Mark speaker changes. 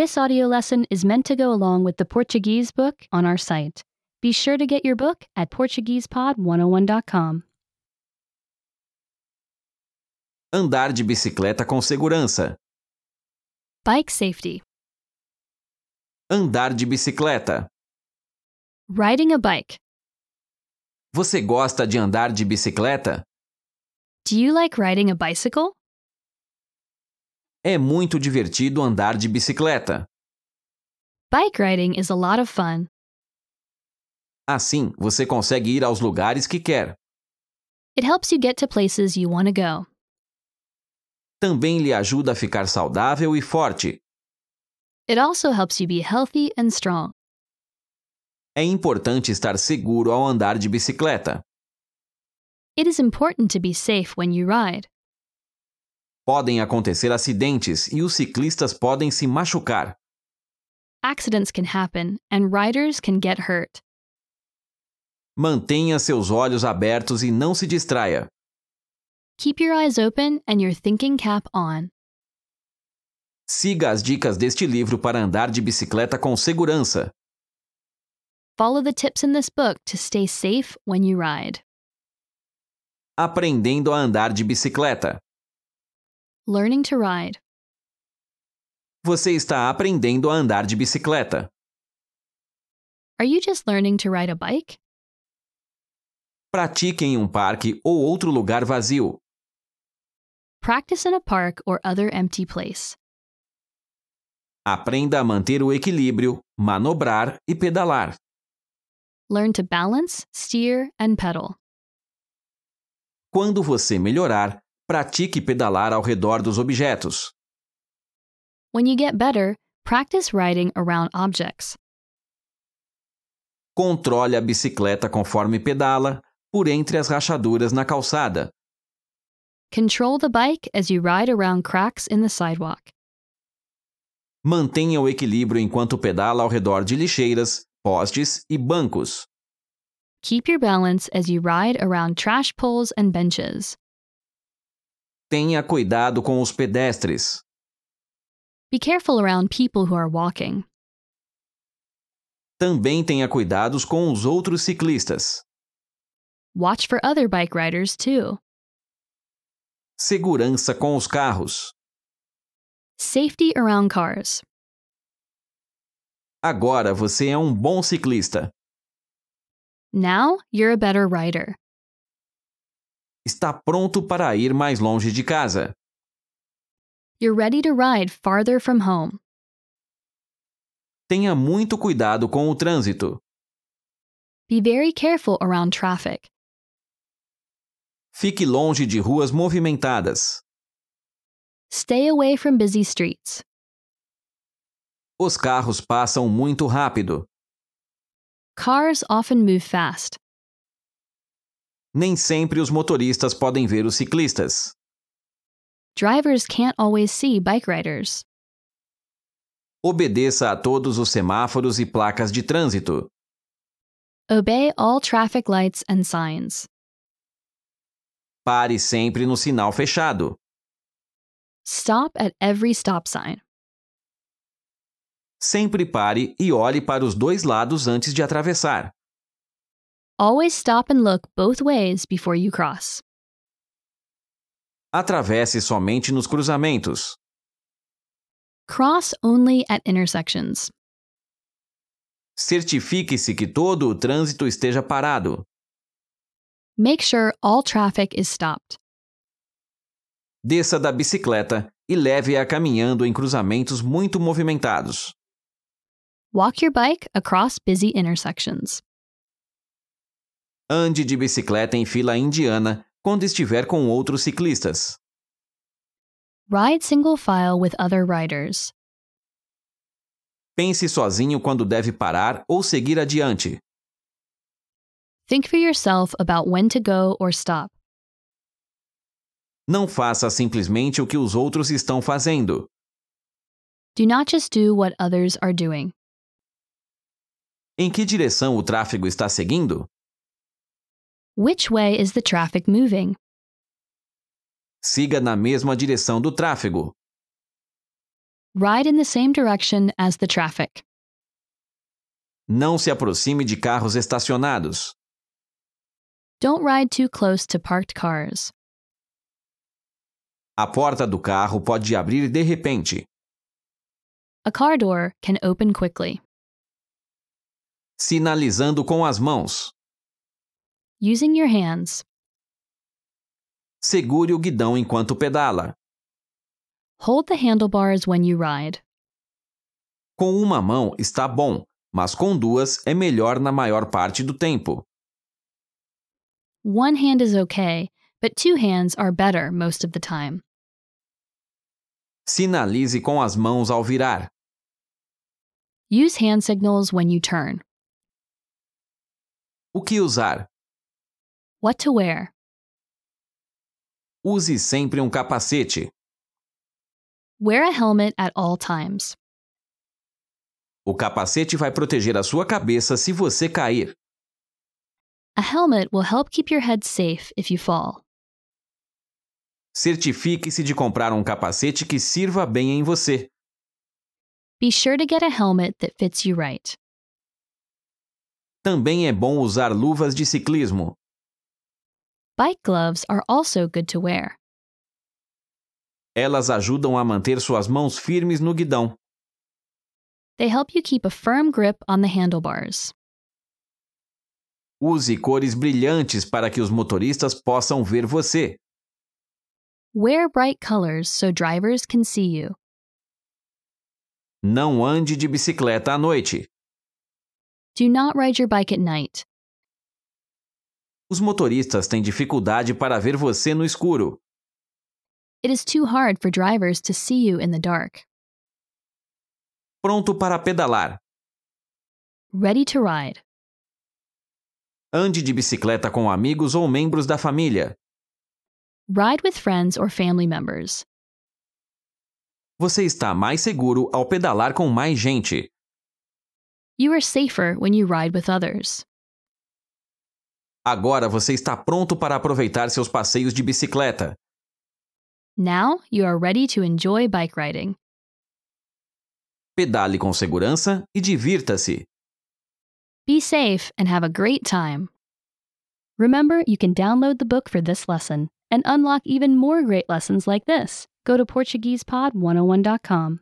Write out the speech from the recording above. Speaker 1: This audio lesson is meant to go along with the Portuguese book on our site. Be sure to get your book at PortuguesePod101.com.
Speaker 2: Andar de bicicleta com segurança.
Speaker 1: Bike safety.
Speaker 2: Andar de bicicleta.
Speaker 1: Riding a bike.
Speaker 2: Você gosta de andar de bicicleta?
Speaker 1: Do you like riding a bicycle?
Speaker 2: É muito divertido andar de bicicleta.
Speaker 1: Bike riding is a lot of fun.
Speaker 2: Assim, você consegue ir aos lugares que quer.
Speaker 1: It helps you get to places you want to go.
Speaker 2: Também lhe ajuda a ficar saudável e forte.
Speaker 1: It also helps you be healthy and strong.
Speaker 2: É importante estar seguro ao andar de bicicleta.
Speaker 1: It is important to be safe when you ride.
Speaker 2: Podem acontecer acidentes e os ciclistas podem se machucar.
Speaker 1: Accidents can happen, and riders can get hurt.
Speaker 2: Mantenha seus olhos abertos e não se distraia.
Speaker 1: Keep your eyes open and your thinking cap on.
Speaker 2: Siga as dicas deste livro para andar de bicicleta com segurança.
Speaker 1: Follow the tips in this book to stay safe when you ride.
Speaker 2: Aprendendo a andar de bicicleta.
Speaker 1: Learning to ride.
Speaker 2: Você está aprendendo a andar de bicicleta.
Speaker 1: Are you just learning to ride a bike?
Speaker 2: Pratique em um parque ou outro lugar vazio.
Speaker 1: Practice in a park or other empty place.
Speaker 2: Aprenda a manter o equilíbrio, manobrar e pedalar.
Speaker 1: Learn to balance, steer, and pedal.
Speaker 2: Quando você melhorar, pratique pedalar ao redor dos objetos.
Speaker 1: When you get better, practice riding around objects.
Speaker 2: Controle a bicicleta conforme pedala, por entre as rachaduras na calçada.
Speaker 1: Control the bike as you ride around cracks in the sidewalk.
Speaker 2: Mantenha o equilíbrio enquanto pedala ao redor de lixeiras, postes e bancos.
Speaker 1: Keep your balance as you ride around trash poles and benches.
Speaker 2: Tenha cuidado com os pedestres.
Speaker 1: Be careful around people who are walking.
Speaker 2: Também tenha cuidados com os outros ciclistas.
Speaker 1: Watch for other bike riders too.
Speaker 2: Segurança com os carros.
Speaker 1: Safety around cars.
Speaker 2: Agora você é um bom ciclista.
Speaker 1: Now you're a better rider.
Speaker 2: Está pronto para ir mais longe de casa.
Speaker 1: You're ready to ride farther from home.
Speaker 2: Tenha muito cuidado com o trânsito.
Speaker 1: Be very careful around traffic.
Speaker 2: Fique longe de ruas movimentadas.
Speaker 1: Stay away from busy streets.
Speaker 2: Os carros passam muito rápido.
Speaker 1: Cars often move fast.
Speaker 2: Nem sempre os motoristas podem ver os ciclistas.
Speaker 1: Drivers can't always see bike riders.
Speaker 2: Obedeça a todos os semáforos e placas de trânsito.
Speaker 1: Obey all traffic lights and signs.
Speaker 2: Pare sempre no sinal fechado.
Speaker 1: Stop at every stop sign.
Speaker 2: Sempre pare e olhe para os dois lados antes de atravessar.
Speaker 1: Always stop and look both ways before you cross.
Speaker 2: Atravesse somente nos cruzamentos.
Speaker 1: Cross only at intersections.
Speaker 2: Certifique-se que todo o trânsito esteja parado.
Speaker 1: Make sure all traffic is stopped.
Speaker 2: Desça da bicicleta e leve-a caminhando em cruzamentos muito movimentados.
Speaker 1: Walk your bike across busy intersections.
Speaker 2: Ande de bicicleta em fila indiana quando estiver com outros ciclistas.
Speaker 1: Ride single file with other riders.
Speaker 2: Pense sozinho quando deve parar ou seguir adiante.
Speaker 1: Think for yourself about when to go or stop.
Speaker 2: Não faça simplesmente o que os outros estão fazendo.
Speaker 1: Do not just do what others are doing.
Speaker 2: Em que direção o tráfego está seguindo?
Speaker 1: Which way is the traffic moving?
Speaker 2: Siga na mesma direção do tráfego.
Speaker 1: Ride in the same direction as the traffic.
Speaker 2: Não se aproxime de carros estacionados.
Speaker 1: Don't ride too close to parked cars.
Speaker 2: A porta do carro pode abrir de repente.
Speaker 1: A car door can open quickly.
Speaker 2: Sinalizando com as mãos.
Speaker 1: Using your hands,
Speaker 2: Segure o guidão enquanto pedala.
Speaker 1: hold the handlebars when you ride.
Speaker 2: Com uma mão está bom, mas com duas é melhor na maior parte do tempo.
Speaker 1: One hand is okay, but two hands are better most of the time.
Speaker 2: Sinalize com as mãos ao virar.
Speaker 1: Use hand signals when you turn.
Speaker 2: O que usar?
Speaker 1: What to wear.
Speaker 2: Use sempre um capacete.
Speaker 1: Wear a helmet at all times.
Speaker 2: O capacete vai proteger a sua cabeça se você cair.
Speaker 1: A helmet will help keep your head safe if you fall.
Speaker 2: Certifique-se de comprar um capacete que sirva bem em você.
Speaker 1: Be sure to get a helmet that fits you right.
Speaker 2: Também é bom usar luvas de ciclismo.
Speaker 1: Bike gloves are also good to wear.
Speaker 2: Elas ajudam a manter suas mãos firmes no guidão.
Speaker 1: They help you keep a firm grip on the handlebars.
Speaker 2: Use cores brilhantes para que os motoristas possam ver você.
Speaker 1: Wear bright colors so drivers can see you.
Speaker 2: Não ande de bicicleta à noite.
Speaker 1: Do not ride your bike at night.
Speaker 2: Os motoristas têm dificuldade para ver você no escuro.
Speaker 1: It is too hard for drivers to see you in the dark.
Speaker 2: Pronto para pedalar.
Speaker 1: Ready to ride.
Speaker 2: Ande de bicicleta com amigos ou membros da família.
Speaker 1: Ride with friends or family members.
Speaker 2: Você está mais seguro ao pedalar com mais gente.
Speaker 1: You are safer when you ride with others.
Speaker 2: Agora você está pronto para aproveitar seus passeios de bicicleta.
Speaker 1: Now you are ready to enjoy bike riding.
Speaker 2: Pedale com segurança e divirta-se.
Speaker 1: Be safe and have a great time. Remember, you can download the book for this oh lesson and unlock even more great lessons like this. Go to PortuguesePod101.com.